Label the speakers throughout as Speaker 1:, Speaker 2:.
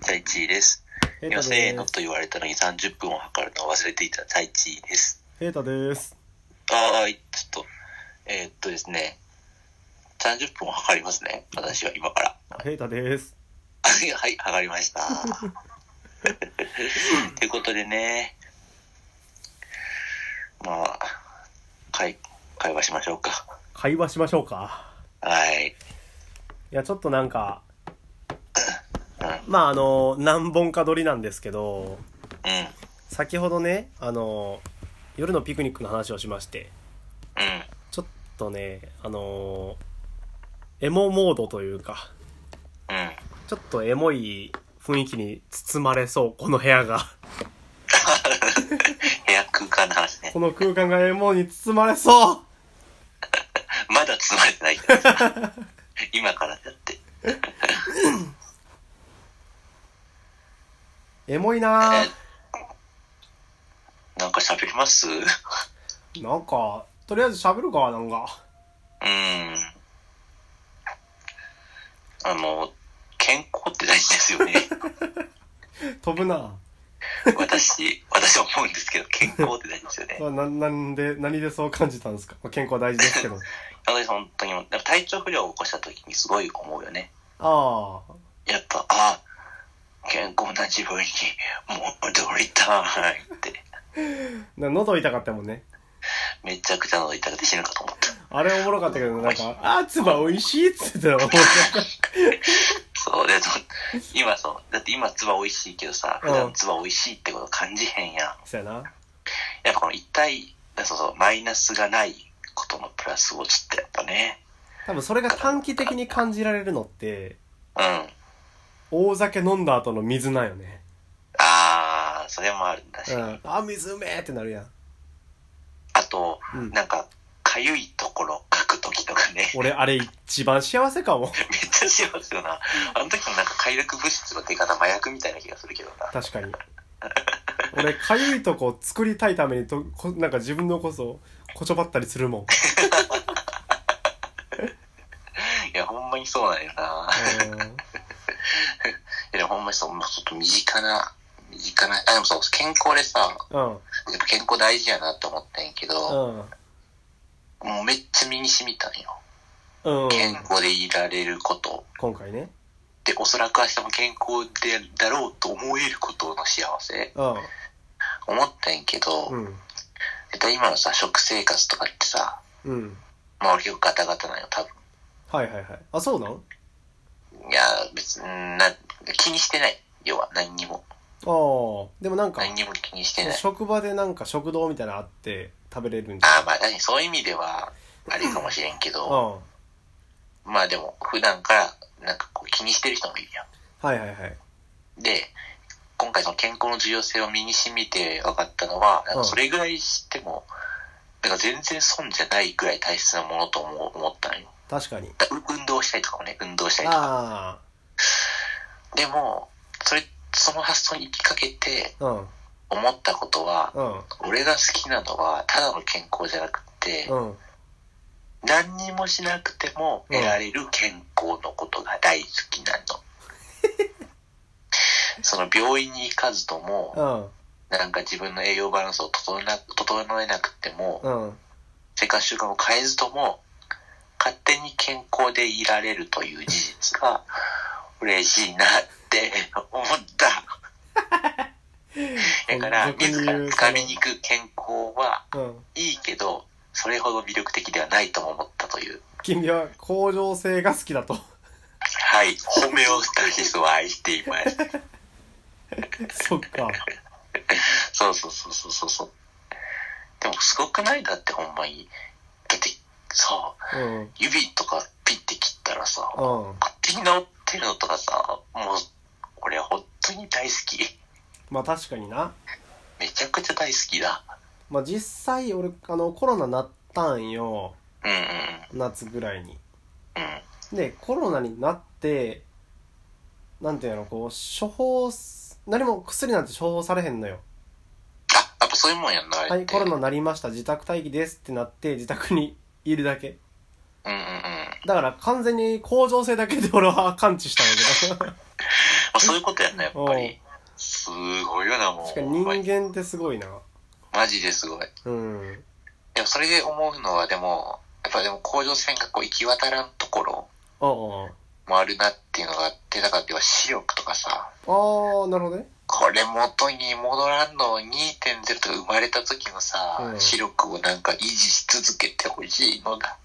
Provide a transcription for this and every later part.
Speaker 1: 太一です。
Speaker 2: 平
Speaker 1: よ
Speaker 2: 太
Speaker 1: せーの
Speaker 2: で
Speaker 1: と言われたのに30分を測るのを忘れていた太一です。
Speaker 2: す。平太です。
Speaker 1: あーい、ちょっと、えーっとですね、30分を測りますね。私は今から。
Speaker 2: 平太です。
Speaker 1: はい、はい測りました。ということでね、まあ、会、会話しましょうか。
Speaker 2: 会話しましょうか。
Speaker 1: はい。
Speaker 2: いや、ちょっとなんか、
Speaker 1: うん、うん、
Speaker 2: まあ、あの、何本か撮りなんですけど、
Speaker 1: うん、
Speaker 2: 先ほどね、あの、夜のピクニックの話をしまして、ちょっとね、あの、エモモードというか、
Speaker 1: うん。
Speaker 2: ちょっとエモい雰囲気に包まれそう、この部屋が。
Speaker 1: 部屋空間の話ね
Speaker 2: こ。の空間がエモに包まれそう
Speaker 1: まだ包まれてないけど今からだって。
Speaker 2: エモいなぁ。
Speaker 1: なんか喋りますうん。
Speaker 2: なんか、とりあえず喋るか、なんか。
Speaker 1: あの、健康って大事です よね。
Speaker 2: 飛ぶな
Speaker 1: 私、私は思うんですけど、健康って大事ですよね。
Speaker 2: ぁ。な、なんで、何でそう感じたんですかまあ健康は大事ですけど。
Speaker 1: 私本当に、体調不良を起こした時にすごい思うよね。
Speaker 2: ああ、
Speaker 1: やっぱ、あ健康な自分に戻りたいって、
Speaker 2: な喉痛かったもんね。
Speaker 1: めちゃくちゃ喉痛くて死ぬかと思った。
Speaker 2: あれおもろかったけど、なんか、あーつば美味しいっつってたら、もう
Speaker 1: そうで、そう今そう、だって今、ツバ美味しいけどさ、
Speaker 2: うん
Speaker 1: 普段ツバ美味しいってこと感じへんやん。
Speaker 2: そうやな。
Speaker 1: やっぱこの一体、そうそう、マイナスがないことのプラスをちってやっぱね、
Speaker 2: 多分それが短期的に感じられるのって、
Speaker 1: うん。あ
Speaker 2: 大酒飲んだ後の水なんよね。
Speaker 1: あー、それもあるんだし、
Speaker 2: う
Speaker 1: 確かに
Speaker 2: ん。あ、水うめえってなるやん。
Speaker 1: あと、
Speaker 2: うん
Speaker 1: なんか、かゆいところ書くときとかね、
Speaker 2: 俺、あれ一番幸せかも。
Speaker 1: めっちゃ幸せよな。あの時のなんか快楽物質の出方、麻薬みたいな気がするけどな。
Speaker 2: 確かに。俺、かゆいとこ作りたいためにと、こなんか自分のこそ、こちょばったりするもん。
Speaker 1: いや、ほんまにそうなんよな。いや、ほんまにそう、もうちょっと身近な、身近な、あ、でもそう、健康でさ、
Speaker 2: うん。うん。
Speaker 1: やっぱ健康大事やなと思ったんやけど、
Speaker 2: うん。
Speaker 1: もうめっちゃ身に染みたんよ。
Speaker 2: うん。
Speaker 1: 健康でいられること。
Speaker 2: 今回ね。
Speaker 1: で、おそらく明日も健康でだろうと思えることの幸せ。
Speaker 2: うん。
Speaker 1: 思ったんやけど、
Speaker 2: うん。
Speaker 1: 絶対今のさ、食生活とかってさ、
Speaker 2: うん。
Speaker 1: まあ俺結構ガタガタなんよ、多分。
Speaker 2: はいはいはい。あ、そうなん
Speaker 1: いや、別に、な、気にしてない。要は、何にも。
Speaker 2: ああでもなんか
Speaker 1: 何にも気にしてない。
Speaker 2: 職場でなんか食堂みたいなのあって食べれるんじ
Speaker 1: あ
Speaker 2: ゃ
Speaker 1: あ、まあ、何そういう意味では、あれかもしれんけ
Speaker 2: う
Speaker 1: ど、
Speaker 2: ん
Speaker 1: まあでも、普段から、なんかこう気にしてる人もいるやん。
Speaker 2: はいはいはい
Speaker 1: で、今回その健康の重要性を身に染みて分かったのは、なんかそれぐらい知っても、なんか全然損じゃないぐらい大切なものと思う思ったのよ。
Speaker 2: 確かに
Speaker 1: だ運動したりとかもね、運動したりとか。
Speaker 2: あ
Speaker 1: でも、それ、その発想に行きかけて
Speaker 2: あうん
Speaker 1: 思ったことは、
Speaker 2: うん
Speaker 1: 俺が好きなのは、ただの健康じゃなくて、
Speaker 2: うん
Speaker 1: 何にもしなくても得られる健康のことが大好きな の。その病院に行かずとも、
Speaker 2: うん
Speaker 1: なんか自分の栄養バランスを整えな整えなくても、
Speaker 2: うん
Speaker 1: 生活習慣を変えずとも、勝手に健康でいられるという事実が、嬉しいなって思 った。だから、
Speaker 2: 逆に
Speaker 1: 自ら
Speaker 2: 言う
Speaker 1: 掴みに行く健康は
Speaker 2: うん
Speaker 1: いいけど、それほど魅力的ではないとも思ったという。
Speaker 2: 君は向上性が好きだと
Speaker 1: はい、ホメオスタシスを愛しています。
Speaker 2: そっか
Speaker 1: そうそうそうそうそうそう。でもすごくないだってほんまに。だってさ、
Speaker 2: うんうん
Speaker 1: 指とかピッて切ったらさ、
Speaker 2: ま
Speaker 1: 勝手に治ってるのとかさ、もう、俺本当に大好き。
Speaker 2: あ確かにな
Speaker 1: めちゃくちゃ大好きだ。
Speaker 2: まあ実際俺あのコロナなったんよ
Speaker 1: うんうん
Speaker 2: 夏ぐらいに
Speaker 1: うん。
Speaker 2: でコロナになってなんていうのこう処方す何も薬なんて処方されへんのよ
Speaker 1: あ、やっぱそういうもんやんな、あ
Speaker 2: は
Speaker 1: れ
Speaker 2: い、
Speaker 1: って。
Speaker 2: コロナなりました、自宅待機ですってなって、自宅にいるだけ。
Speaker 1: うんうんうん。
Speaker 2: だから完全に甲状腺だけで俺は感知したんだけど。
Speaker 1: あ、そういうことやな、やっぱり。すごいよな、もう。
Speaker 2: 確かに
Speaker 1: ほん
Speaker 2: 人
Speaker 1: まに
Speaker 2: 間ってすごいな。
Speaker 1: マジですごい。
Speaker 2: うん。
Speaker 1: でもそれで思うのは、でも、やっぱでも甲状腺がこう行き渡らんところ
Speaker 2: ああ。
Speaker 1: もあるなっていうのがあって、だからでは視力とかさ、
Speaker 2: ああ、なるほどね。
Speaker 1: これ元に戻らんの2.0とか生まれた時のさ、
Speaker 2: うん
Speaker 1: 視力をなんか維持し続けてほしいのだ。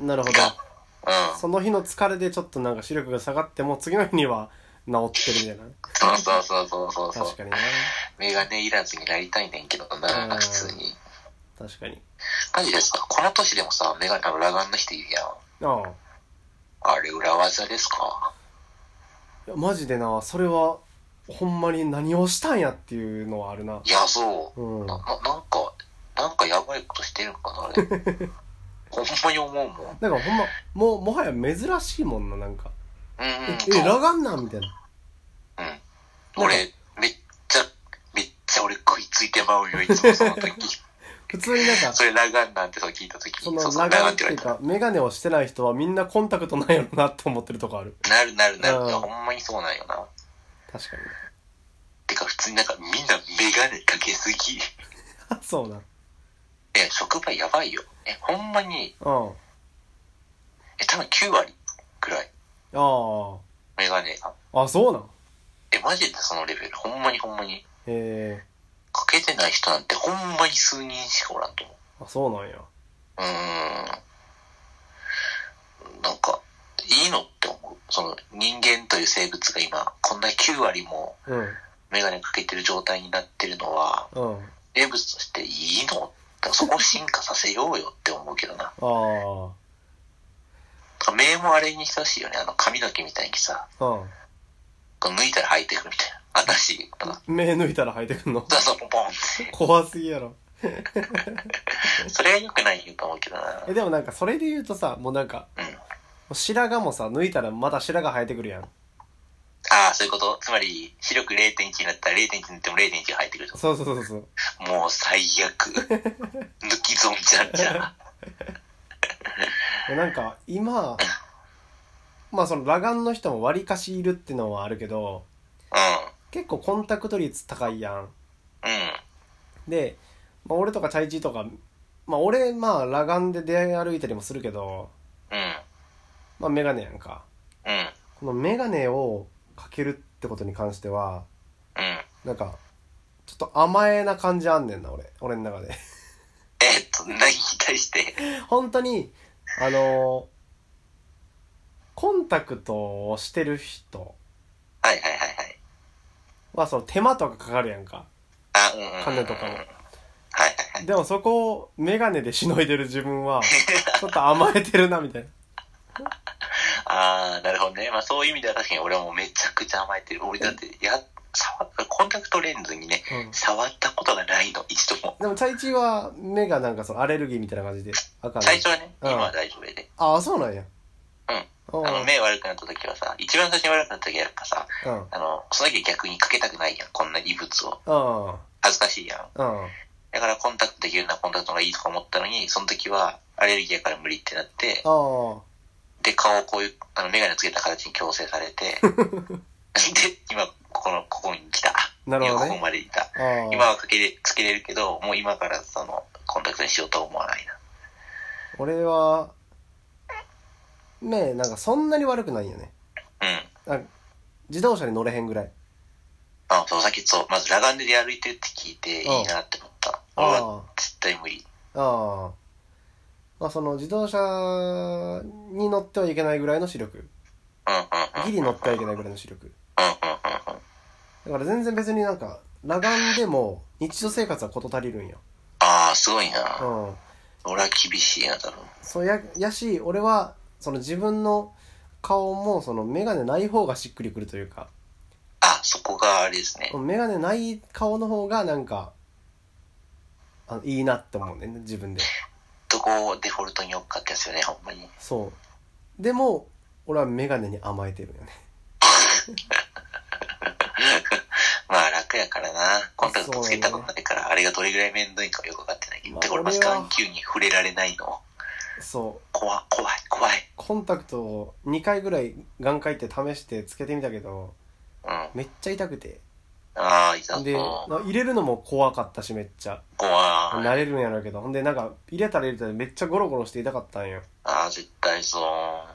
Speaker 2: なるほど。
Speaker 1: が、うん。
Speaker 2: その日の疲れでちょっとなんか視力が下がっても次の日には治ってるみたいな。
Speaker 1: そうそうそうそうそうそう
Speaker 2: 確。かにね。
Speaker 1: メガネいらずになりたいねんけど
Speaker 2: う
Speaker 1: な、
Speaker 2: ん
Speaker 1: 普通に。
Speaker 2: 確かに。
Speaker 1: マジでさ、この年でもさ、メガネの裸眼の人いるやん。
Speaker 2: ああ。
Speaker 1: あれ裏技ですか
Speaker 2: いやマジでな、それは、ほんまに何をしたんやっていうのはあるな。
Speaker 1: いや、そう。
Speaker 2: うん。
Speaker 1: なななんか、なんかやばいことしてるんかな、あ れ。ほんまに思うもん。
Speaker 2: なんかほんま、もう、もはや珍しいもんな、なんか。
Speaker 1: うん
Speaker 2: え
Speaker 1: うん、
Speaker 2: え、
Speaker 1: そう
Speaker 2: ラガンなんみたいな。
Speaker 1: うん。俺、めっちゃ、めっちゃ俺食いついてまうよ、いつもその時。
Speaker 2: 普通になんか、
Speaker 1: それラガンなんてそう聞いた時
Speaker 2: そ
Speaker 1: に、
Speaker 2: の
Speaker 1: そうそう、
Speaker 2: ラ
Speaker 1: ラガンっ
Speaker 2: ガンって
Speaker 1: て
Speaker 2: い
Speaker 1: 言
Speaker 2: う
Speaker 1: わ
Speaker 2: か、メガネをしてない人はみんなコンタクトないやろなと思ってるとこある。
Speaker 1: れた。なるなるなる。
Speaker 2: うん
Speaker 1: いやほんまにそうなんよな。
Speaker 2: 確かにね。
Speaker 1: てか、普通になんかみんなメガネかけすぎ。
Speaker 2: あそうな。
Speaker 1: え、職場やばいよ。え、ほんまに、
Speaker 2: うん。あ
Speaker 1: え、多分9割くらい、
Speaker 2: あ。
Speaker 1: メガネが。
Speaker 2: あ、そうなん。
Speaker 1: え、マジでそのレベル。ほんまにほんまに。
Speaker 2: へえ。
Speaker 1: かけてない人なんてほんまに数人しかおらんと思う。
Speaker 2: あ、そうなんや。
Speaker 1: うーん。なんか、いいのって思う。その、人間という生物が今、こんな9割も
Speaker 2: う
Speaker 1: メガネかけてる状態になってるのは、
Speaker 2: ん。うん。
Speaker 1: 生物としていいのだからそこを進化させようよって思うけどな。
Speaker 2: あ
Speaker 1: 目もあれにしてほしいよね。あの髪の毛みたいにさ、
Speaker 2: あ。
Speaker 1: こう抜いたら生えてくるみたいな。あたし、だな。
Speaker 2: うん。目抜いたら生えてくんの
Speaker 1: そうそう、ポンポンって。
Speaker 2: 怖すぎやろ。
Speaker 1: それは良くないと思うけどな。
Speaker 2: え、でもなんかそれで言うとさ、もうなんか、
Speaker 1: うん。
Speaker 2: 白髪もさ、抜いたらまた白髪生えてくるやん。
Speaker 1: ああ、そういうこと。つまり、視力0.1になったら0.1になっても0.1入ってくると。
Speaker 2: そうそうそうそう。
Speaker 1: もう最 悪。抜き損じゃんじゃん。
Speaker 2: でなんか今まあその裸眼の人も割かしいるってのはあるけど結構コンタクト率高いやん
Speaker 1: うん。うん。
Speaker 2: で、まあ、俺とかチャイチーとかまあ俺まあ裸眼で出歩いたりもするけど
Speaker 1: うん。
Speaker 2: まあメガネやんか
Speaker 1: うん。
Speaker 2: このメガネをかけるってことに関しては
Speaker 1: うん。
Speaker 2: なんかちょっと甘えな感じあんねんな俺俺の中で
Speaker 1: えっと、何に対して。
Speaker 2: 本当にあのコンタクトをしてる人
Speaker 1: はいはいはいはい。
Speaker 2: はその手間とかかかるやんか
Speaker 1: あ、うんうん うん。
Speaker 2: 金とか
Speaker 1: は
Speaker 2: も
Speaker 1: いはいはい。
Speaker 2: でもそこをメガネでしのいでる自 分は、ちょっと甘えてるな、みたいな。
Speaker 1: ああ、なるほどね。まあそういう意味では確かに俺はもうめちゃくちゃ甘えてる。俺だって、や、触コンタクトレンズにね、
Speaker 2: うん
Speaker 1: 触ったことがないの、一度も。
Speaker 2: でも、チャイチは目がなんかそのアレルギーみたいな感じで赤
Speaker 1: 最初はね、
Speaker 2: うん
Speaker 1: 今は大丈夫やで。
Speaker 2: ああ、そうなんや。
Speaker 1: うん。
Speaker 2: うん。
Speaker 1: あの、目悪くなった時はさ、一番最初に悪くなった時はやっぱさ、
Speaker 2: うん。
Speaker 1: あの、その時は逆にかけたくないやん、こんな異物を。
Speaker 2: うん。
Speaker 1: 恥ずかしいやん。
Speaker 2: うん。
Speaker 1: だからコンタクトできるならコンタクトの方がいいとか思ったのに、その時はアレルギーやから無理ってなって、
Speaker 2: あ
Speaker 1: で、顔をこういう、あの、メガネつけた形に矯正され て、で、今、ここの、ここに来た。
Speaker 2: なるほどね
Speaker 1: 今ここまで来た。
Speaker 2: あ。あ
Speaker 1: 今
Speaker 2: あ。
Speaker 1: はかけれ、つけれるけど、もう今からその、コンタクトにしようとは思わないな。
Speaker 2: 俺は、目、なんかそんなに悪くないよね。
Speaker 1: うん。
Speaker 2: あ自動車に乗れへんぐらい。
Speaker 1: あ、そう、さっきそう、まず裸眼で出歩いてるって聞いて、いいなって思った。
Speaker 2: うん
Speaker 1: 俺
Speaker 2: あ
Speaker 1: は絶対無理。
Speaker 2: ああ。まあ、その自動車に乗ってはいけないぐらいの視力。
Speaker 1: うんうんうん。
Speaker 2: ギリ乗ってはいけないぐらいの視力。
Speaker 1: うんうんうんうん。
Speaker 2: だから全然別になんか裸眼でも日常生活は事足りるんよ
Speaker 1: ああ、すごいな。
Speaker 2: うん
Speaker 1: 俺は厳しいな、多分。
Speaker 2: そうややし俺はその自分の顔もその眼鏡ない方がしっくりくるというか
Speaker 1: あ、そこがあれですね。
Speaker 2: 眼鏡ない顔の方がなんかあのいいなって思うね自分で
Speaker 1: どこをデフォルトに置くかってやつよね、ほんまに。
Speaker 2: そうでも俺は眼鏡に甘えてるよね
Speaker 1: まあ楽やからな。コンタクトつけたことないから、あれがどれぐらい面倒いかよくわかってないけど。
Speaker 2: まあ
Speaker 1: てか俺マス
Speaker 2: 俺は
Speaker 1: 眼球に触れられないの。
Speaker 2: そ
Speaker 1: 怖い、怖い、怖い。
Speaker 2: コンタクトを2回ぐらい眼科行って試してつけてみたけど
Speaker 1: うん。あ
Speaker 2: めっちゃ痛くて
Speaker 1: あ、いた
Speaker 2: で
Speaker 1: と。
Speaker 2: 入れるのも怖かったしめっちゃ
Speaker 1: 怖い。
Speaker 2: 慣れるんやろうけどほんでなんか入れたら入れたらめっちゃゴロゴロして痛かったんよ
Speaker 1: ああ、絶対そ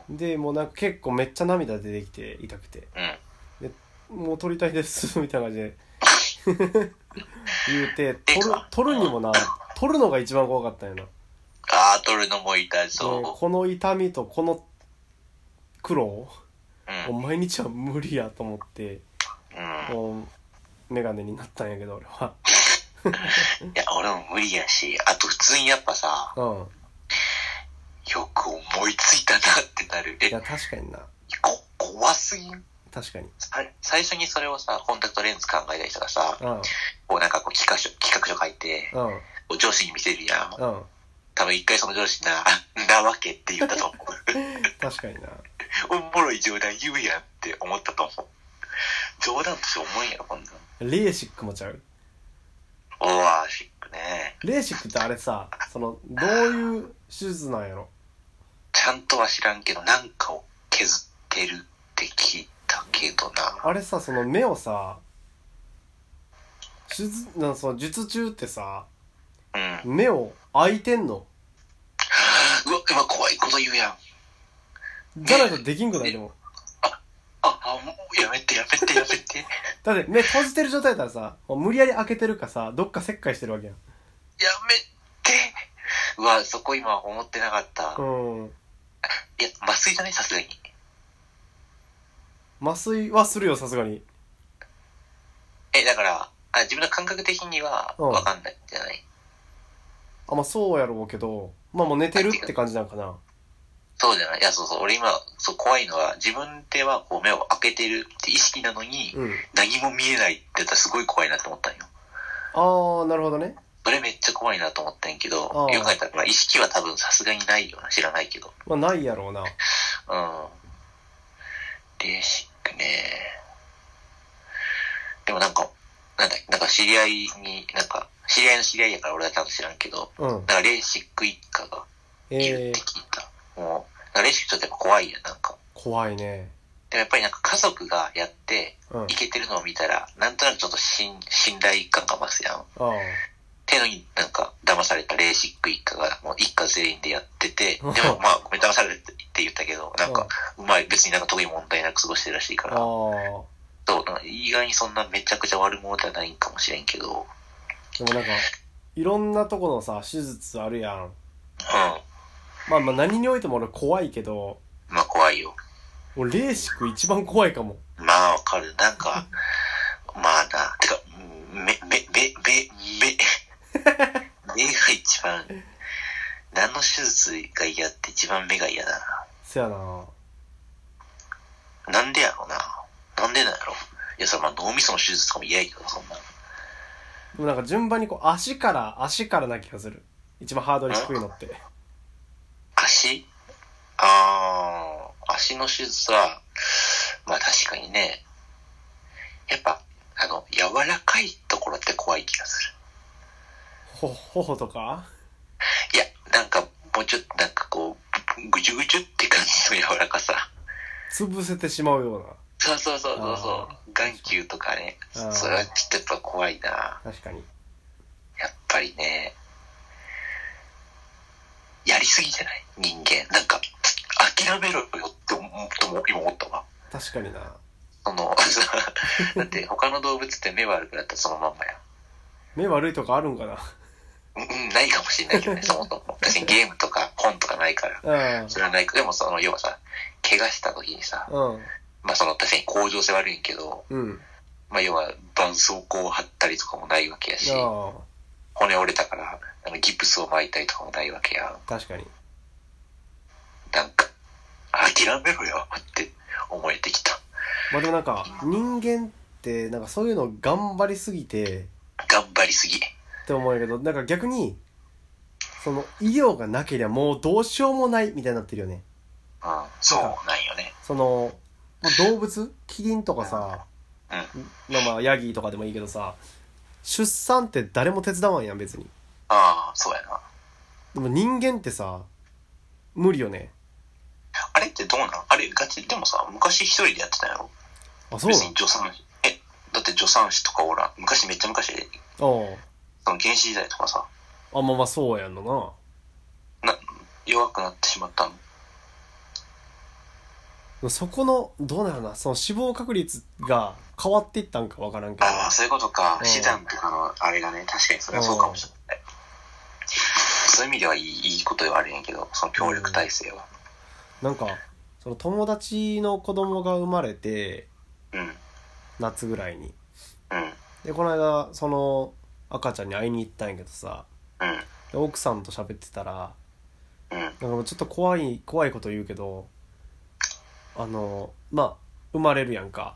Speaker 2: でもうなんか結構めっちゃ涙出てきて痛くて
Speaker 1: う。うん。
Speaker 2: もう取りたいです みたいな感じで言うて取る取るにもな取るのが一番怖かったんやな
Speaker 1: ああ、取るのも痛い
Speaker 2: で
Speaker 1: そ
Speaker 2: この痛みとこの苦労を
Speaker 1: う。うん。
Speaker 2: 毎日は無理やと思って
Speaker 1: うん。
Speaker 2: もうメガネになったんやけど俺は
Speaker 1: いや、俺も無理やし、あと普通にやっぱさ、
Speaker 2: うん
Speaker 1: よく思いついたなってなる。
Speaker 2: い
Speaker 1: え、
Speaker 2: や確かにな
Speaker 1: こ、怖すぎん
Speaker 2: 確かに
Speaker 1: さ最初にそれをさ、コンタクトレンズ考えた人がさ、
Speaker 2: うん
Speaker 1: こうなんかこう企画書、企画書書いて、
Speaker 2: うん
Speaker 1: こう上司に見せるやん。
Speaker 2: うん
Speaker 1: 多分一回その上司な、な わけって言った と思う。
Speaker 2: 確かにな
Speaker 1: おもろい冗談言うやんって思ったと思う。冗談として重いんやろ、こんなん。
Speaker 2: レーシックもちゃう
Speaker 1: オーアーシックね。
Speaker 2: レーシックってあれさそのどういう手術なんやろ
Speaker 1: ちゃんとは知らんけど、なんかを削ってるって聞いたけどな。
Speaker 2: あれさその目をさ手術なんその術中ってさ
Speaker 1: うん。
Speaker 2: 目を開いてんの
Speaker 1: うわ、今怖いこと言うやん。
Speaker 2: じゃないとできんくないでも
Speaker 1: あ、あ、もうやめて、やめて、や めて。や
Speaker 2: だって目閉じてる状態だったらさもう無理やり開けてるかさどっか切開してるわけやん
Speaker 1: めて。うわ、そこ今思ってなかった。
Speaker 2: うん
Speaker 1: いや、麻酔だね、さすがに。
Speaker 2: 麻酔はするよさすがに
Speaker 1: え、だから、あ自分の感覚的には
Speaker 2: うん
Speaker 1: わかんないんじゃない、
Speaker 2: あまあそうやろうけどまあもう寝てるって感じなんかな
Speaker 1: そうじゃないいや、そうそう。俺今、そう、怖いのは、自分ではこう目を開けてるって意識なのに、
Speaker 2: うん
Speaker 1: 何も見えないってやったらすごい怖いなと思ったんよ。
Speaker 2: ああなるほどね
Speaker 1: それめっちゃ怖いなと思ったんやけど、
Speaker 2: ああ
Speaker 1: よく考えたら、まあ、意識は多分さすがにないよな。知らないけど。
Speaker 2: まあないやろうな
Speaker 1: うん。レーシックね。でもなんか、なんだっけなんか知り合いに、なんか、知り合いの知り合いやから俺は多分知らんけど、
Speaker 2: うん
Speaker 1: なんかレーシック一家がいる
Speaker 2: え
Speaker 1: って
Speaker 2: ー、
Speaker 1: 聞いた。もう、なんかレーシックちょっとやっぱ怖いやん、なんか。
Speaker 2: 怖いね
Speaker 1: でもやっぱりなんか家族がやって、
Speaker 2: うんあ
Speaker 1: いけてるのを見たら、なんとなくちょっと信信頼感が増すやん。っ
Speaker 2: あ
Speaker 1: ていうのになんか、騙されたレーシック一家が、もう一家全員でやってて、で
Speaker 2: うん
Speaker 1: もまあ、ごめん、騙されるって言ったけど、なんか、うまい、別になんか特に問題なく過ごしてるらしいか
Speaker 2: あ
Speaker 1: ら、
Speaker 2: ー
Speaker 1: そう、なんか意外にそんなめちゃくちゃ悪者ではないんかもしれんけど、
Speaker 2: でもなんかいろんなとこのさ手術あるやん
Speaker 1: う
Speaker 2: まあまあ何においても俺怖いけど
Speaker 1: ん、まあ怖いよ。
Speaker 2: 俺レーシック一番怖いかも
Speaker 1: まあわかる。なんか、まあな、てか、め、め、め、め、め、目が一番、何の手術が嫌って一番目が嫌だ
Speaker 2: せやな
Speaker 1: な。なんでやろな。なんでなんやろ。いや、それまあ脳みその手術とかも嫌やけど、そんな。
Speaker 2: でもなんか順番にこう足から足からな気がする一番ハードル低いのって
Speaker 1: 足ああ、足の手術は、まあ確かにね、やっぱ、あの、柔らかいところって怖い気がする。
Speaker 2: ほ頬とか
Speaker 1: いや、なんか、もうちょっとなんかこう、ぐちゅぐちゅって感じの柔らかさ。
Speaker 2: 潰せてしまうよう
Speaker 1: そうそうそうそうそ
Speaker 2: あ
Speaker 1: う。眼球とかね。
Speaker 2: あー
Speaker 1: それはちょっとやっぱ怖いな。
Speaker 2: な確かに
Speaker 1: やっぱりね。やりすぎじゃない人間。なんか、諦めろよって思とも今思ったわ。
Speaker 2: 確かにな
Speaker 1: その、 だって他の動物って目悪くなったらそのまんまや。
Speaker 2: 目悪いとかあるんかな
Speaker 1: うん、うんないかもしれないけ どね、そもそも。別にゲームとか本とかないから。
Speaker 2: うん
Speaker 1: それはないけどでもその、要はさ、怪我した時にさ、
Speaker 2: うん
Speaker 1: まあその確かに恒常性悪いんけど、
Speaker 2: うん
Speaker 1: まあ要は絆創膏を貼ったりとかもないわけやし、
Speaker 2: ああ
Speaker 1: 骨折れたから、あのギプスを巻いたりとかもないわけやん。
Speaker 2: 確かに
Speaker 1: なんか、諦めろよって思えてきた。
Speaker 2: まあでもなんか人間ってなんかそういうの頑張りすぎて
Speaker 1: 頑張りすぎ。
Speaker 2: って思うけどなんか逆にその医療がなけりゃもうどうしようもないみたいになってるよね
Speaker 1: うん、そうなんよね。
Speaker 2: そのまあ動物キリンとかさ、まあまあヤギとかでもいいけどさ出産って誰も手伝わんやん別に
Speaker 1: ああ、そうやな。
Speaker 2: でも人間ってさ無理よね
Speaker 1: あれってどうなんあれガチでもさ昔一人でやってたんやろ
Speaker 2: あそうな
Speaker 1: 別に助産師えだって助産師とかおらん昔めっちゃ昔
Speaker 2: の
Speaker 1: その原始時代とかさ
Speaker 2: ああまあまあそうやんのな
Speaker 1: な弱くなってしまったの
Speaker 2: そこのどうなるなその死亡確率が変わっていったんかわからんけど
Speaker 1: ああそういうことか
Speaker 2: うん
Speaker 1: 死産とかのあれがね確かにそれはそうかもしれないそういう意味ではいいいいことではあるんやけどその協力体制は
Speaker 2: なんかその友達の子供が生まれて
Speaker 1: うんうん
Speaker 2: 夏ぐらいに
Speaker 1: うん
Speaker 2: でこの間その赤ちゃんに会いに行ったんやけどさ
Speaker 1: うん
Speaker 2: で奥さんと喋ってたら
Speaker 1: うん
Speaker 2: なんかもうちょっと怖い怖いこと言うけどあのまあ生まれるやんか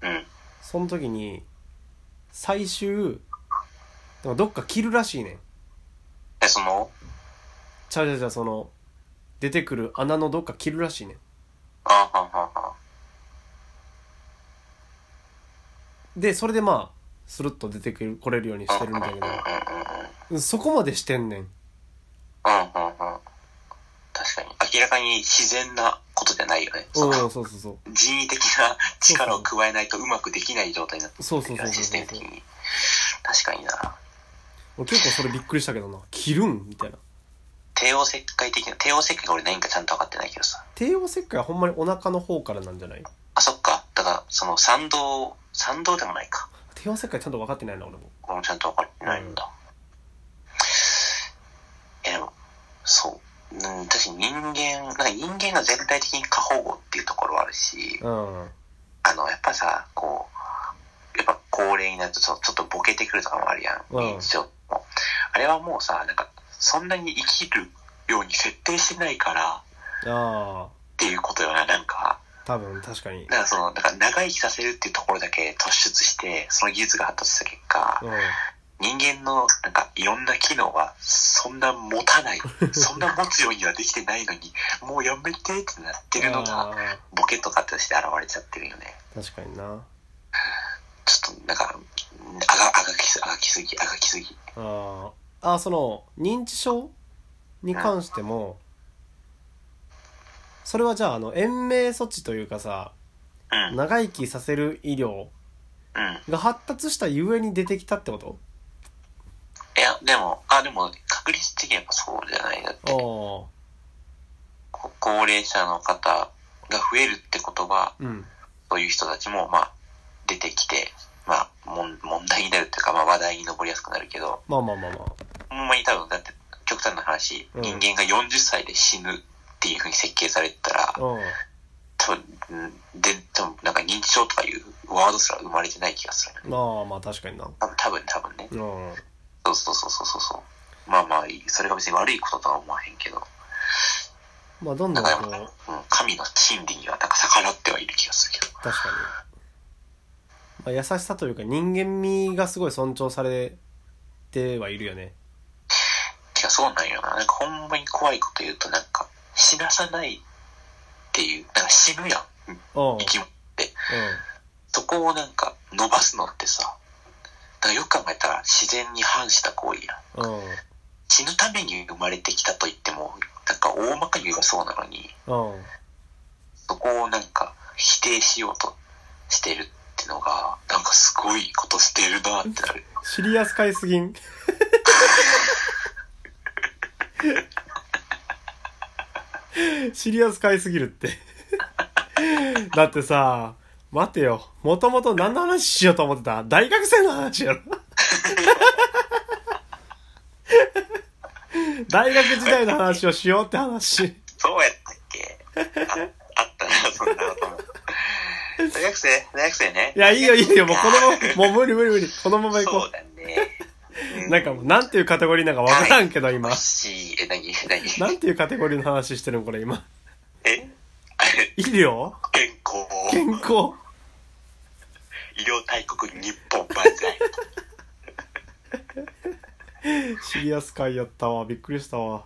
Speaker 1: うん
Speaker 2: その時に最終でもどっか切るらしいねん
Speaker 1: えその
Speaker 2: ちゃうちゃうちゃうその出てくる穴のどっか切るらしいねん
Speaker 1: あははは
Speaker 2: でそれでまあスルッと出てくるこれるようにしてるんだけどそこまでしてんねん
Speaker 1: うんうんうんうん確かに明らかに自然なことじゃないよね
Speaker 2: う
Speaker 1: そ
Speaker 2: ん
Speaker 1: の
Speaker 2: そうそうそう
Speaker 1: 人為的な力を加えないとうまくできない状態になって
Speaker 2: そうそう
Speaker 1: るか
Speaker 2: そう
Speaker 1: らシス
Speaker 2: そ
Speaker 1: テ
Speaker 2: う
Speaker 1: ム
Speaker 2: そう
Speaker 1: 的に確かにな
Speaker 2: 俺結構それびっくりしたけどな切るんみたいな
Speaker 1: 帝王切開的な帝王切開が俺何かちゃんと分かってないけどさ
Speaker 2: 帝王切開はほんまにお腹の方からなんじゃない
Speaker 1: あ、そっか。だから、その賛同、賛同でもないか。
Speaker 2: 帝王切開ちゃんと分かってないな俺も
Speaker 1: これもちゃんと分かってないんだ。え、でも、そう。うん、確かに人間、なんか人間が全体的に過保護っていうところはあるし、
Speaker 2: うん
Speaker 1: あの、やっぱさ、こう、やっぱ高齢になるとちょちょっとボケてくるとかもあるやん。
Speaker 2: うん
Speaker 1: 認知症も。あれはもうさ、なんか、そんなに生きるように設定してないから、
Speaker 2: ああ
Speaker 1: っていうことよな、なんか。
Speaker 2: 多分確かに
Speaker 1: だからその、だから長生きさせるっていうところだけ突出して、その技術が発達した結果、
Speaker 2: うん
Speaker 1: 人間のなんかいろんな機能はそんな持たない、そんな持つようにはできてないのに、もうやめてってなってるの
Speaker 2: あ
Speaker 1: が、
Speaker 2: ー
Speaker 1: ボケとかとして現れちゃってるよね。
Speaker 2: 確かにな
Speaker 1: ちょっとなんか、あが、あがきす、あがきすぎ、あがきすぎ。
Speaker 2: あーあーその認知症に関してもそれはじゃああの延命措置というかさ
Speaker 1: うん、うん。
Speaker 2: 長生きさせる医療が発達したゆえに出てきたってこと
Speaker 1: いや、でも、あ、でも、確率的にやっぱそうじゃないだって、
Speaker 2: あ
Speaker 1: こ高齢者の方が増えるってことは、
Speaker 2: あうん
Speaker 1: そういう人たちも、まあ、出てきて、まあ、もん問題になるっていうか、まあ、話題に上りやすくなるけど、
Speaker 2: まあまあまあまあ
Speaker 1: ほんまに多分、だって、極端な話、
Speaker 2: うん
Speaker 1: 人間が40歳で死ぬっていうふうに設計されてたら、
Speaker 2: うん
Speaker 1: 多分、んで、多分なんか認知症とかいうワードすら生まれてない気がする。
Speaker 2: まあまあ確かにな
Speaker 1: 多分、多分、多分ね
Speaker 2: う。ん
Speaker 1: そうそうそうそうそうそう。まあまあ、それが別に悪いこととは思わへんけど、
Speaker 2: まあどんど
Speaker 1: なんんか
Speaker 2: こ
Speaker 1: やっぱ、
Speaker 2: う
Speaker 1: うん、神の真理にはなんか逆らってはいる気がするけど。
Speaker 2: 確かに、まあ、優しさというか人間味がすごい尊重されてはいるよね
Speaker 1: てかそうなんよな。なんかほんまに怖いこと言うとなんか死なさないっていう、なんか死ぬやん。
Speaker 2: うんうん
Speaker 1: 生き物って。そこをなんか伸ばすのってさ、なんかよく考えたら自然に反した行為やん。
Speaker 2: うん
Speaker 1: 死ぬために生まれてきたと言っても、なんか大まかに言えばそうなのに、
Speaker 2: うん
Speaker 1: そこをなんか否定しようとしてるってのが、なんかすごいことしてるなってなる。
Speaker 2: シリアス買いすぎんシリアス買いすぎるってだってさ待てよもともと何の話しようと思ってた大学生の話やろ大学時代の話をしようって話
Speaker 1: そうやったっけああったな、そんなことも。大学生大学生ね。
Speaker 2: いや、いいよ、いいよ、もうこのまま、もう無理無理無理、このまま行
Speaker 1: そ
Speaker 2: こ
Speaker 1: うだね。
Speaker 2: う。なんかもう、なんていうカテゴリーなんかわからんけど、今
Speaker 1: も。し、え、何何
Speaker 2: なんていうカテゴリーの話してるん、これ今。
Speaker 1: えあれ
Speaker 2: 医療
Speaker 1: 健康。
Speaker 2: 健康
Speaker 1: 医療大国日本万歳。
Speaker 2: シリアス会やったわ、びっくりしたわ。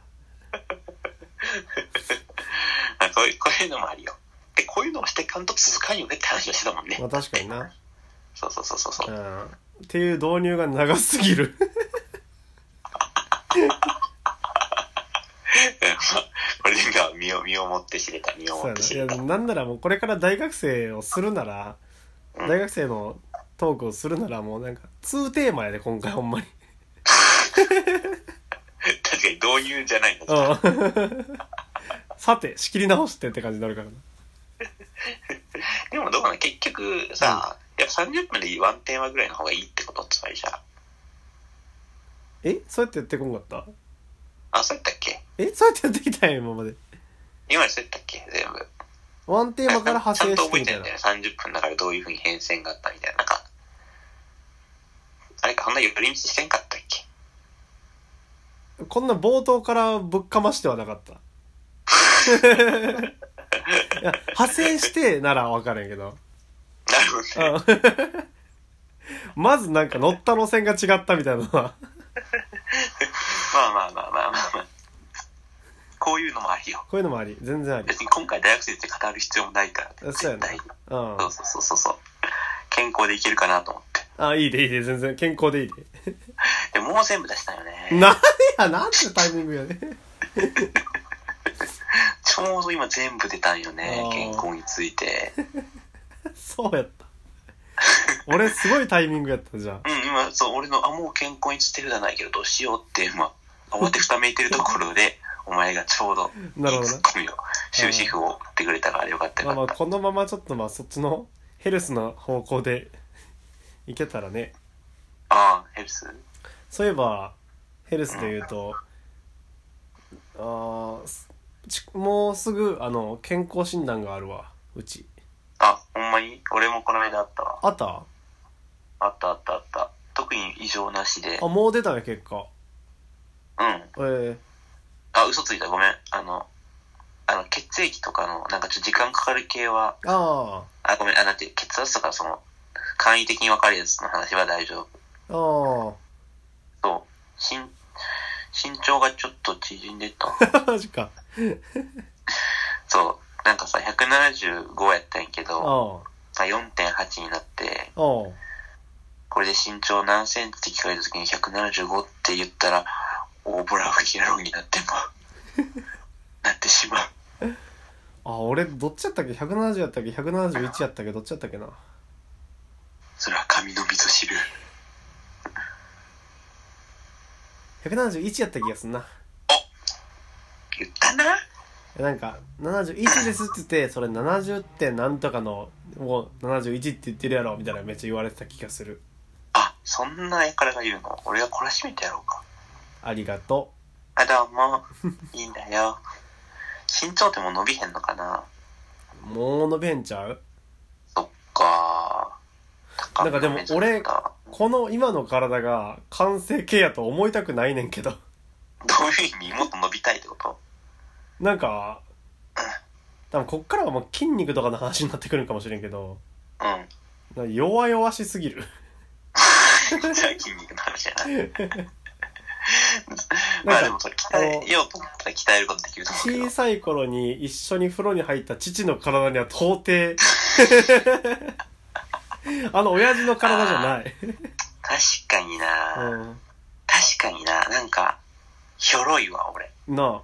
Speaker 1: まあこういう、こういうのもあるよ。で、こういうのをしてかんと続かんよねって話をしてたもんね
Speaker 2: まあ。確かにな。
Speaker 1: そうそうそうそうそうう。
Speaker 2: ん。っていう導入が長すぎる。
Speaker 1: うんまあこれなんか、身を身をもって知れた身を
Speaker 2: そう
Speaker 1: も
Speaker 2: や
Speaker 1: っ
Speaker 2: な
Speaker 1: て
Speaker 2: い
Speaker 1: 知れ
Speaker 2: や
Speaker 1: た
Speaker 2: なんならもうこれから大学生をするなら
Speaker 1: うん
Speaker 2: 大学生のトークをするならもうなんか2テーマやで今回ほんまに
Speaker 1: 確かに導入じゃないの
Speaker 2: うん さて仕切り直してって感じになるからな
Speaker 1: でもどうなの結局さ、いや30分でワンテーマぐらいの方がいいってことって最初
Speaker 2: えそうやってやってこんかった
Speaker 1: あそうやったっけ
Speaker 2: えそうやってやってきたんや今まで
Speaker 1: 今までそうやったっけ全部
Speaker 2: ワンテーマから派
Speaker 1: ちゃ
Speaker 2: 生
Speaker 1: んと
Speaker 2: して
Speaker 1: 覚え
Speaker 2: み
Speaker 1: て
Speaker 2: たい
Speaker 1: るん
Speaker 2: な
Speaker 1: だよね30分だからどういうふうに変遷があったみたいななんかあれかあんな寄り道してんかったっけ
Speaker 2: こんな冒頭からぶっかましてはなかったいや派生してなら分かるんやけど
Speaker 1: なるほどね
Speaker 2: うんまずなんか乗った路線が違ったみたいなのは
Speaker 1: まあまあまあまあまあまあ。こういうのもありよ。
Speaker 2: こういうのもあり全然あり
Speaker 1: 別に今回大学生って語る必要もないから、
Speaker 2: あそうやな
Speaker 1: 絶対に
Speaker 2: うん
Speaker 1: そうそうそうそうそう。健康でいけるかなと思って。
Speaker 2: あいいでいいで全然健康でいい
Speaker 1: でもう全部出したよ
Speaker 2: で
Speaker 1: ね。
Speaker 2: なんやなんてタイミングやね
Speaker 1: ちょうど今全部出たんよね
Speaker 2: あ。ー
Speaker 1: 健康について。
Speaker 2: そうやった俺すごいタイミングやったじゃん
Speaker 1: うん、今、そう、俺の、あ、もう健康についてるじゃないけど、どうしようって、まあ、慌てふためいてるところで、お前がちょうど、
Speaker 2: なるほど
Speaker 1: ツ
Speaker 2: な
Speaker 1: ッコミを、終止符を打ってくれたからよかったよ
Speaker 2: まあ
Speaker 1: か
Speaker 2: ま
Speaker 1: っ
Speaker 2: あこのままちょっとまあそっちのヘルスの方向でいけたらね
Speaker 1: た。ああ、ヘルス。
Speaker 2: そういえばヘルスで言うとあーすちもうすぐあの健康診断があるわうち
Speaker 1: あ、ほんまに俺もこの間あったわ。
Speaker 2: あった
Speaker 1: あったあったあった。特に異常なしで。
Speaker 2: あもう出たね結果
Speaker 1: うん。
Speaker 2: え
Speaker 1: あ、嘘ついた。ごめん。あの、あの、血液とかの、なんかちょっと時間かかる系は、
Speaker 2: ー、あ
Speaker 1: あ、ごめん。あ、なんて、血圧とか、その、簡易的に分かるやつの話は大丈夫。
Speaker 2: ああ
Speaker 1: そう。身、身長がちょっと縮んでった。
Speaker 2: あ マジか
Speaker 1: そう。なんかさ、175やったんやけ
Speaker 2: あ
Speaker 1: ど、
Speaker 2: あ
Speaker 1: まあ4.8になって、
Speaker 2: ああ
Speaker 1: これで身長何センチって聞かれた時に175って言ったら、大ボラ吹き野郎になってまう。なってしまう。
Speaker 2: あ俺どっちやったっけ170やったっけ171やったっけどっちやったっけな
Speaker 1: それは神の味噌汁。
Speaker 2: 171やった気がすんな
Speaker 1: 言ったな
Speaker 2: なんか71ですって言ってそれ70点なんとかのもう71って言ってるやろみたいなめっちゃ言われてた気がする
Speaker 1: あ、そんなやからが言うの俺が懲らしめてやろうか。
Speaker 2: ありがと
Speaker 1: あ、どう も。いいんだよ。身長ってもう伸びへんのかな
Speaker 2: うもう伸びへんちゃう
Speaker 1: そっか
Speaker 2: なんかでも俺
Speaker 1: ど
Speaker 2: この今の体が完成形やと思いたくないねんけど
Speaker 1: ういう意味もっと伸びたいってこと
Speaker 2: なんか多分こっからはもう筋肉とかの話になってくるんかもしれんけど
Speaker 1: うん。
Speaker 2: なんか弱々しすぎる
Speaker 1: じゃあ筋肉の話じ ゃない。まあでもそう鍛えようと思ったら鍛えることできると思うけど
Speaker 2: 小。さい頃に一緒に風呂に入った父の体には到底 あの親父の体じゃない、
Speaker 1: 確かにな、
Speaker 2: う
Speaker 1: 確かにななんか、ひょろいわ、俺。
Speaker 2: ん、なあ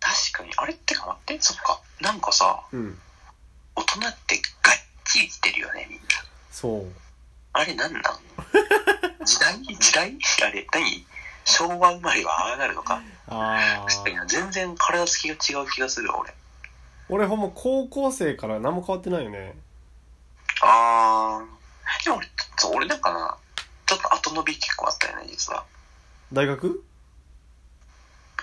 Speaker 1: 確かに。あれってか待って、そっか。なんかさ、
Speaker 2: うん
Speaker 1: 大人ってがっちりしてるよねみんな
Speaker 2: そう
Speaker 1: あれ なんなん時代時代あれ何昭和生まれはああなるのか
Speaker 2: ああ
Speaker 1: 確かにな全然体つきが違う気がする俺
Speaker 2: 俺ほんま高校生から何も変わってないよね
Speaker 1: あーでも俺そう俺なんかなちょっと後伸び結構あったよね実は
Speaker 2: 大学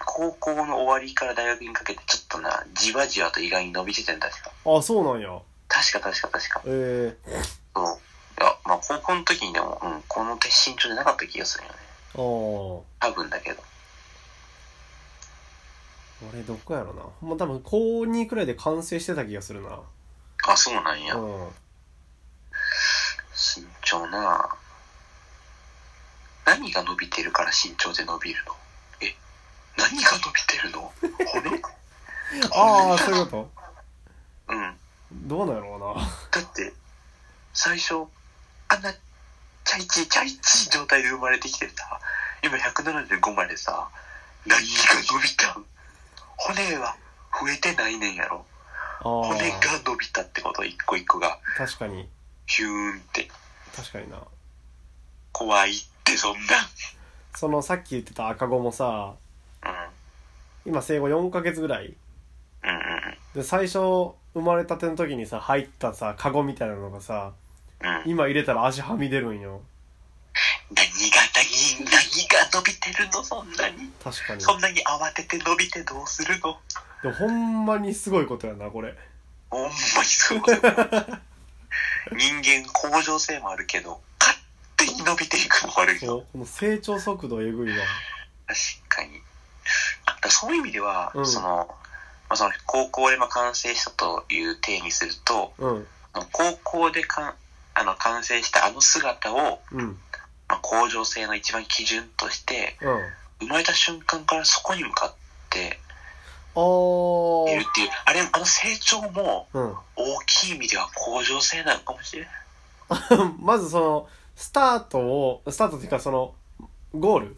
Speaker 1: 高校の終わりから大学にかけてちょっとなじわじわと意外に伸びてたんだ確か
Speaker 2: ああそうなんや
Speaker 1: 確か確か確か
Speaker 2: ええ
Speaker 1: そういやまあ高校の時にでも、うん、この身長じゃなかった気がするよね
Speaker 2: ああ
Speaker 1: 多分だけど
Speaker 2: 俺どこやろなほんま多分高2くらいで完成してた気がするな
Speaker 1: あそうなんや、
Speaker 2: うん
Speaker 1: 身長な何が伸びてるから身長で伸びるのえ何が伸びてるの骨
Speaker 2: ああそういうこと
Speaker 1: うん
Speaker 2: どうなんやろうな
Speaker 1: だって最初あんなチャイチーチャイチー状態で生まれてきてさ今175までさ何が伸びたん骨は増えてないねんやろ
Speaker 2: ああ
Speaker 1: 骨が伸びたってこと一個一個が
Speaker 2: 確かに
Speaker 1: ヒューンって
Speaker 2: 確かにな
Speaker 1: 怖いってそん
Speaker 2: そのさっき言ってた赤子もさ
Speaker 1: な
Speaker 2: 今生後4ヶ月ぐらい
Speaker 1: うんうんうん
Speaker 2: で最初生まれたての時にさ入ったさカゴみたいなのがさ
Speaker 1: うんうん
Speaker 2: 今入れたら足はみ出るんよ
Speaker 1: 何が何何が伸びてるのそんなに
Speaker 2: 確かに
Speaker 1: そんなに慌てて伸びてどうするの
Speaker 2: でもほんまにすごいことやなこれ
Speaker 1: ほんまにすごい人間向上性もあるけど勝手に伸びていくのもある
Speaker 2: そ
Speaker 1: よ
Speaker 2: うこの成長速度えぐいわ
Speaker 1: 確かにあだからそういう意味では、
Speaker 2: うん
Speaker 1: そのまあ、その高校でまあ完成したという体にすると
Speaker 2: うん
Speaker 1: あの高校でかんあの完成したあの姿を、
Speaker 2: うんうん
Speaker 1: まあ、向上性の一番基準として生まれた瞬間からそこに向かって
Speaker 2: あ
Speaker 1: いる
Speaker 2: ー
Speaker 1: っていうあれあの成長も
Speaker 2: うん
Speaker 1: 大きい意味では向上性なのかもしれない、
Speaker 2: まずそのスタートをスタートっていうかそのゴール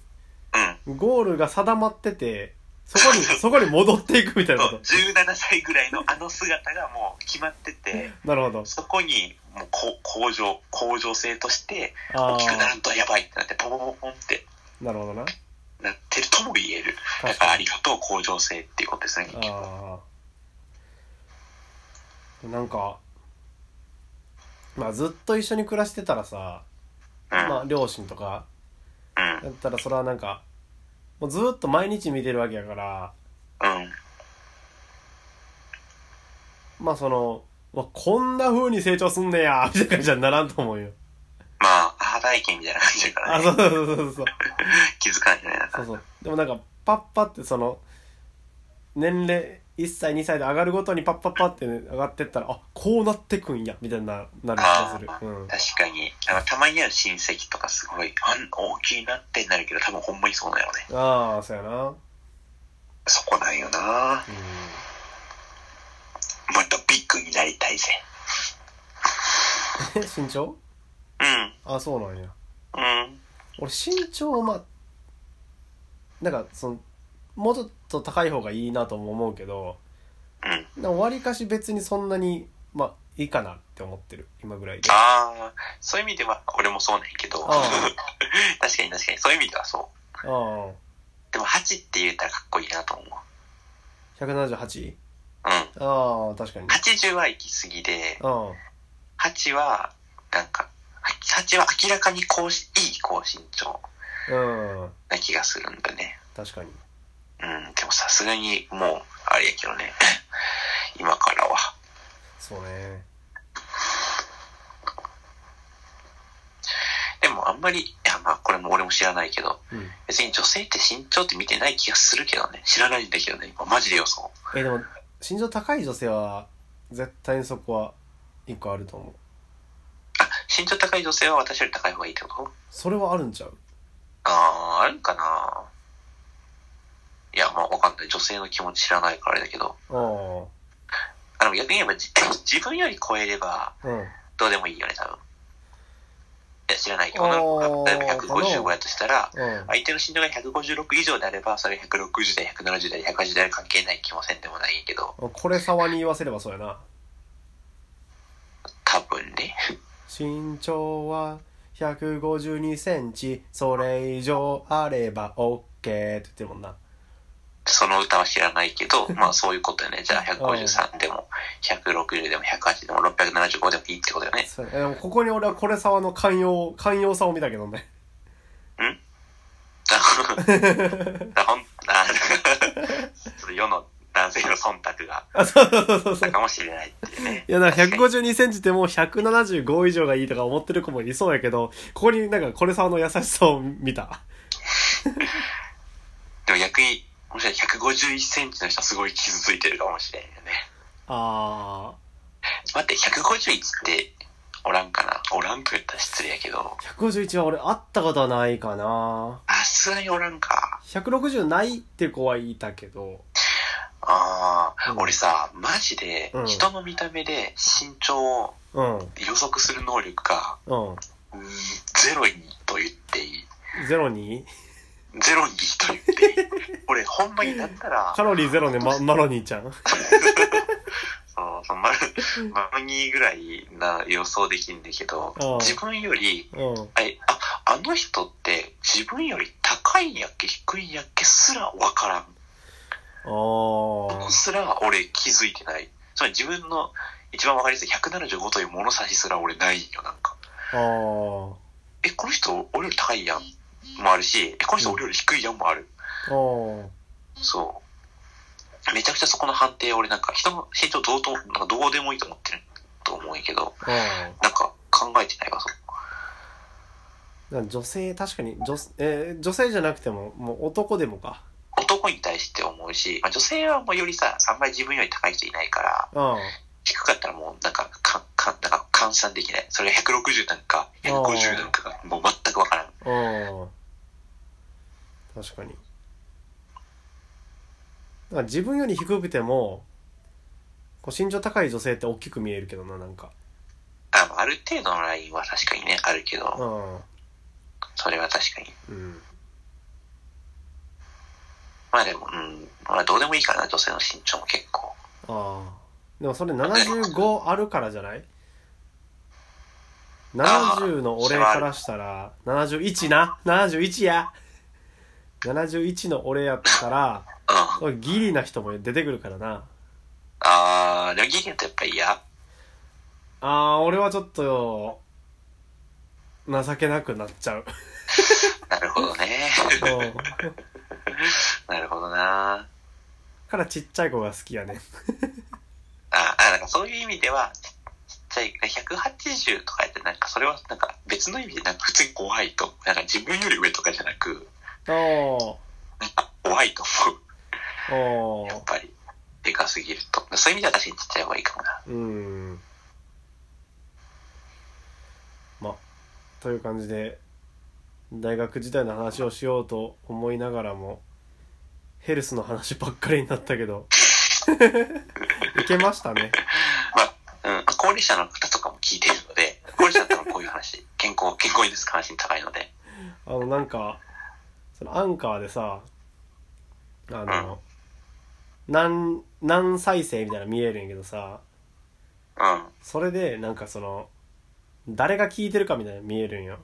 Speaker 1: うん
Speaker 2: ゴールが定まっててそ こにそこに戻っていくみたいな
Speaker 1: そう
Speaker 2: こ
Speaker 1: 17歳ぐらいのあの姿がもう決まってて
Speaker 2: となるほど
Speaker 1: そこにもうこ向上向上性として
Speaker 2: あ
Speaker 1: 大きくな
Speaker 2: あ
Speaker 1: るとやばいってなってポンポンポンって
Speaker 2: なるほどな
Speaker 1: なってるとも言えるだ
Speaker 2: 確
Speaker 1: から
Speaker 2: か
Speaker 1: あ
Speaker 2: に
Speaker 1: りがとう向上性っていうことですね結局
Speaker 2: ああなんかまあずっと一緒に暮らしてたらさ、
Speaker 1: うん、
Speaker 2: まあ、両親とか
Speaker 1: うん
Speaker 2: だったらそれはなんかもうずっと毎日見てるわけやから
Speaker 1: うん
Speaker 2: まあそのうわこんな風に成長すんねやみたいな感じじゃならんと思うよ
Speaker 1: まあアハ体験みたいな感じだから
Speaker 2: あ
Speaker 1: ね
Speaker 2: そうそうそうそうそう
Speaker 1: 気づかないじゃないな
Speaker 2: そうそうでもなんかパッパってその年齢1歳2歳で上がるごとにパッパッパって、ね、上がってったらあこうなってくんやみたいにななる気がする
Speaker 1: あ
Speaker 2: う
Speaker 1: ー
Speaker 2: ん
Speaker 1: 確かにあのたまにある親戚とかすごいあん大きいなってなるけど多分ほんまにそうなんやろね
Speaker 2: ああそうやなうん
Speaker 1: そこなんよなもっとビッグになりたいぜ
Speaker 2: え身長
Speaker 1: うん
Speaker 2: あそうなんや
Speaker 1: うん
Speaker 2: 俺身長はまあなんかそのもうちょっと高い方がいいなとも思うけど
Speaker 1: うん
Speaker 2: わりかし別にそんなにまあいいかなって思ってる今ぐらいで
Speaker 1: ああ、そういう意味では、俺もそうなんやけど、
Speaker 2: ん
Speaker 1: 確かに確かに、そういう意味ではそう。
Speaker 2: ああ
Speaker 1: でも、8って言えたらかっこいいなと思う。
Speaker 2: 178?
Speaker 1: うん。
Speaker 2: ああ確かにね
Speaker 1: 80は行き過ぎで、
Speaker 2: うん
Speaker 1: 8は、なんか、8は明らかに高し、いい高身長
Speaker 2: うん
Speaker 1: な気がするんだね。
Speaker 2: 確かに
Speaker 1: うん、でもさすがに、もう、あれやけどね。 今からは。
Speaker 2: そうね
Speaker 1: でも、あんまり、いや、まあ、これも俺も知らないけど、
Speaker 2: うん
Speaker 1: 別に女性って身長って見てない気がするけどね。知らないんだけどね、今、マジで予想。
Speaker 2: えでも身長高い女性は絶対にそこは一個あると思う
Speaker 1: あ、身長高い女性は私より高い方がいいってこと
Speaker 2: それはあるんちゃう
Speaker 1: あー、あるんかないや、まあわかんない。女性の気持ち知らないからあれだけど。
Speaker 2: あ
Speaker 1: あの、逆に言えばじ 自分より超えれば、
Speaker 2: あうん
Speaker 1: どうでもいいよね、多分。いや、知らないけど、女の子が例えば155やとしたら、
Speaker 2: うん
Speaker 1: 相手の身長が156以上であれば、それ160代、170代、180代関係ない気もせんでもないけど、
Speaker 2: これ沢に言わせればそうやな
Speaker 1: 多分ね。
Speaker 2: 身長は152センチそれ以上あれば OK って言ってるもんな
Speaker 1: その歌は知らないけ ど、まあそういうことよね。じゃあ153でも、160でも、180でも、675でもいいってこと よね。
Speaker 2: そうやねでもここに俺はこれ沢の寛容寛容さを見たけどね
Speaker 1: あほんあ その世の男性の忖度があ
Speaker 2: あそうそうそうそうそう
Speaker 1: ったかもしれないっていうね。
Speaker 2: いやだから152センチってもう175以上がいいとか思ってる子もいそうやけどここになんかこれ沢の優しさを見た
Speaker 1: でも逆に、もしかしたら151センチの人はすごい傷ついてるかもしれんよね。
Speaker 2: あ
Speaker 1: ちょっと待って、151っておらんかなおらんと言ったら失礼やけど、
Speaker 2: ー151は俺会ったことはないかな
Speaker 1: さすがにおらんか。
Speaker 2: 160ないって子はいたけど
Speaker 1: ああ、
Speaker 2: うん
Speaker 1: 俺さ、マジで
Speaker 2: うん
Speaker 1: 人の見た目で身長を
Speaker 2: うんうん
Speaker 1: 予測する能力が、うんゼロにと言っていい。
Speaker 2: ゼロに
Speaker 1: ゼロにと言っていい 俺ほんまになったら
Speaker 2: カロリーゼロね、ま、マロニーちゃん。
Speaker 1: そうそのマルマルニーぐらいな予想できんだけど
Speaker 2: うん
Speaker 1: 自分より
Speaker 2: うん。
Speaker 1: あれああの人って自分より高いんやっけ低いんやっけすらわからん
Speaker 2: あ
Speaker 1: すら俺気づいてない。つまり自分の一番わかりやすい175という物差しすら俺ないんよ、なんか。
Speaker 2: あ。あ
Speaker 1: え、この人俺より高いやんもあるし、え、この人俺より低いやんもある。
Speaker 2: あ。ああ。
Speaker 1: そう。めちゃくちゃそこの判定俺なんか人の身長どうと、なんかどうでもいいと思ってると思うんやけど、
Speaker 2: あ
Speaker 1: なんか考えてないわ、そこ。
Speaker 2: あ。女性、確かに、女、えー女性じゃなくても、もう男でもか。
Speaker 1: 男に対して思うし、まあ、女性はもうよりさ、3倍自分より高い人いないから、
Speaker 2: あ
Speaker 1: 低かったらもうなんか、か、か、なんか換算できない。それが160なんか、150なんかがもう全くわからん。
Speaker 2: あ。ああ。確かに。なんか自分より低くても、こう身長高い女性って大きく見えるけどな、なんか。
Speaker 1: あまあある程度のラインは確かにね、あるけ
Speaker 2: う
Speaker 1: ど、
Speaker 2: ん。
Speaker 1: それは確かに。
Speaker 2: うん。
Speaker 1: まあでも、うん、まあどうでもいいかな、女性の身長も結構。
Speaker 2: ああでもそれ75あるからじゃない70の俺からしたら71な71や71の俺やったら
Speaker 1: うん。
Speaker 2: ギリな人も出てくるからな
Speaker 1: あー、でもギリだとやっぱり嫌。
Speaker 2: ああ俺はちょっと情けなくなっちゃう
Speaker 1: なるほどね。
Speaker 2: うん
Speaker 1: なるほどな。
Speaker 2: からちっちゃい子が好きやね
Speaker 1: あ、あなんかそういう意味では、ちちっちゃい、180とかやって、なんかそれはなんか別の意味でなんか普通に怖いと。なんか自分より上とかじゃなく、
Speaker 2: おお
Speaker 1: なんか怖いと思う。
Speaker 2: お
Speaker 1: やっぱり、でかすぎると。そういう意味では確かにちっちゃい方がいいかもな。
Speaker 2: うんまという感じで大学時代の話をしようと思いながらもヘルスの話ばっかりになったけどいけましたね
Speaker 1: うん、まあ高齢者の方とかも聞いているので、高齢者だったらこういう話、健康、健康にですか話に高いので。
Speaker 2: あのなんかそのアンカーでさあの何何再生みたいなの見えるんやけどさ
Speaker 1: うん、うん、
Speaker 2: それでなんかその誰が聞いてるかみたいなの見えるんよ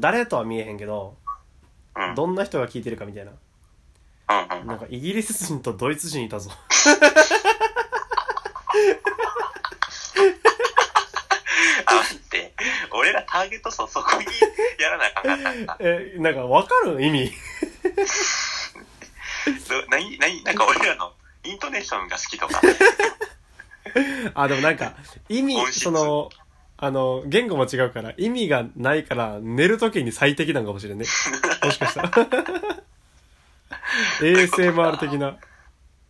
Speaker 2: 誰とは見えへんけど
Speaker 1: うん、うん、
Speaker 2: どんな人が聞いてるかみたいな
Speaker 1: うん、
Speaker 2: なんかイギリス人とドイツ人いたぞ。
Speaker 1: あ、待って、俺らターゲット層そこにやらなあかんかったんだ。
Speaker 2: え、なんかわかる意味。
Speaker 1: ど何、何、なんか俺らのイントネーションが好きとか。
Speaker 2: あ、でもなんか、意
Speaker 1: 本
Speaker 2: 味、
Speaker 1: 質
Speaker 2: その、あの、言語も違うから、意味がないから、寝るときに最適なのかもしれ んね。もしかしたら。ASMR 的な。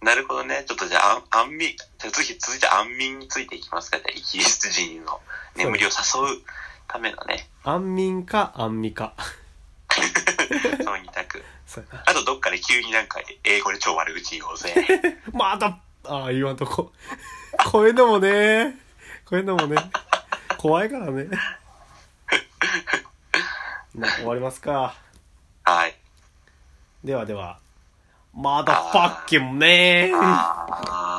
Speaker 1: なるほどね。ちょっとじゃあ、あん安眠、じゃあ次、続いて安眠についていきますか。じゃあ、イギリス人の眠りを誘うためのね、
Speaker 2: 安眠か、安眠か。
Speaker 1: その二択。
Speaker 2: そうやな
Speaker 1: あと、どっかで急になんか、英語で超悪口言おうぜ。
Speaker 2: また、ああ、言わんとこ。こういうのもね、こういうのもね、怖いから ね。な終わりますか。
Speaker 1: はい。
Speaker 2: ではでは、まだファッキンねー。
Speaker 1: あー。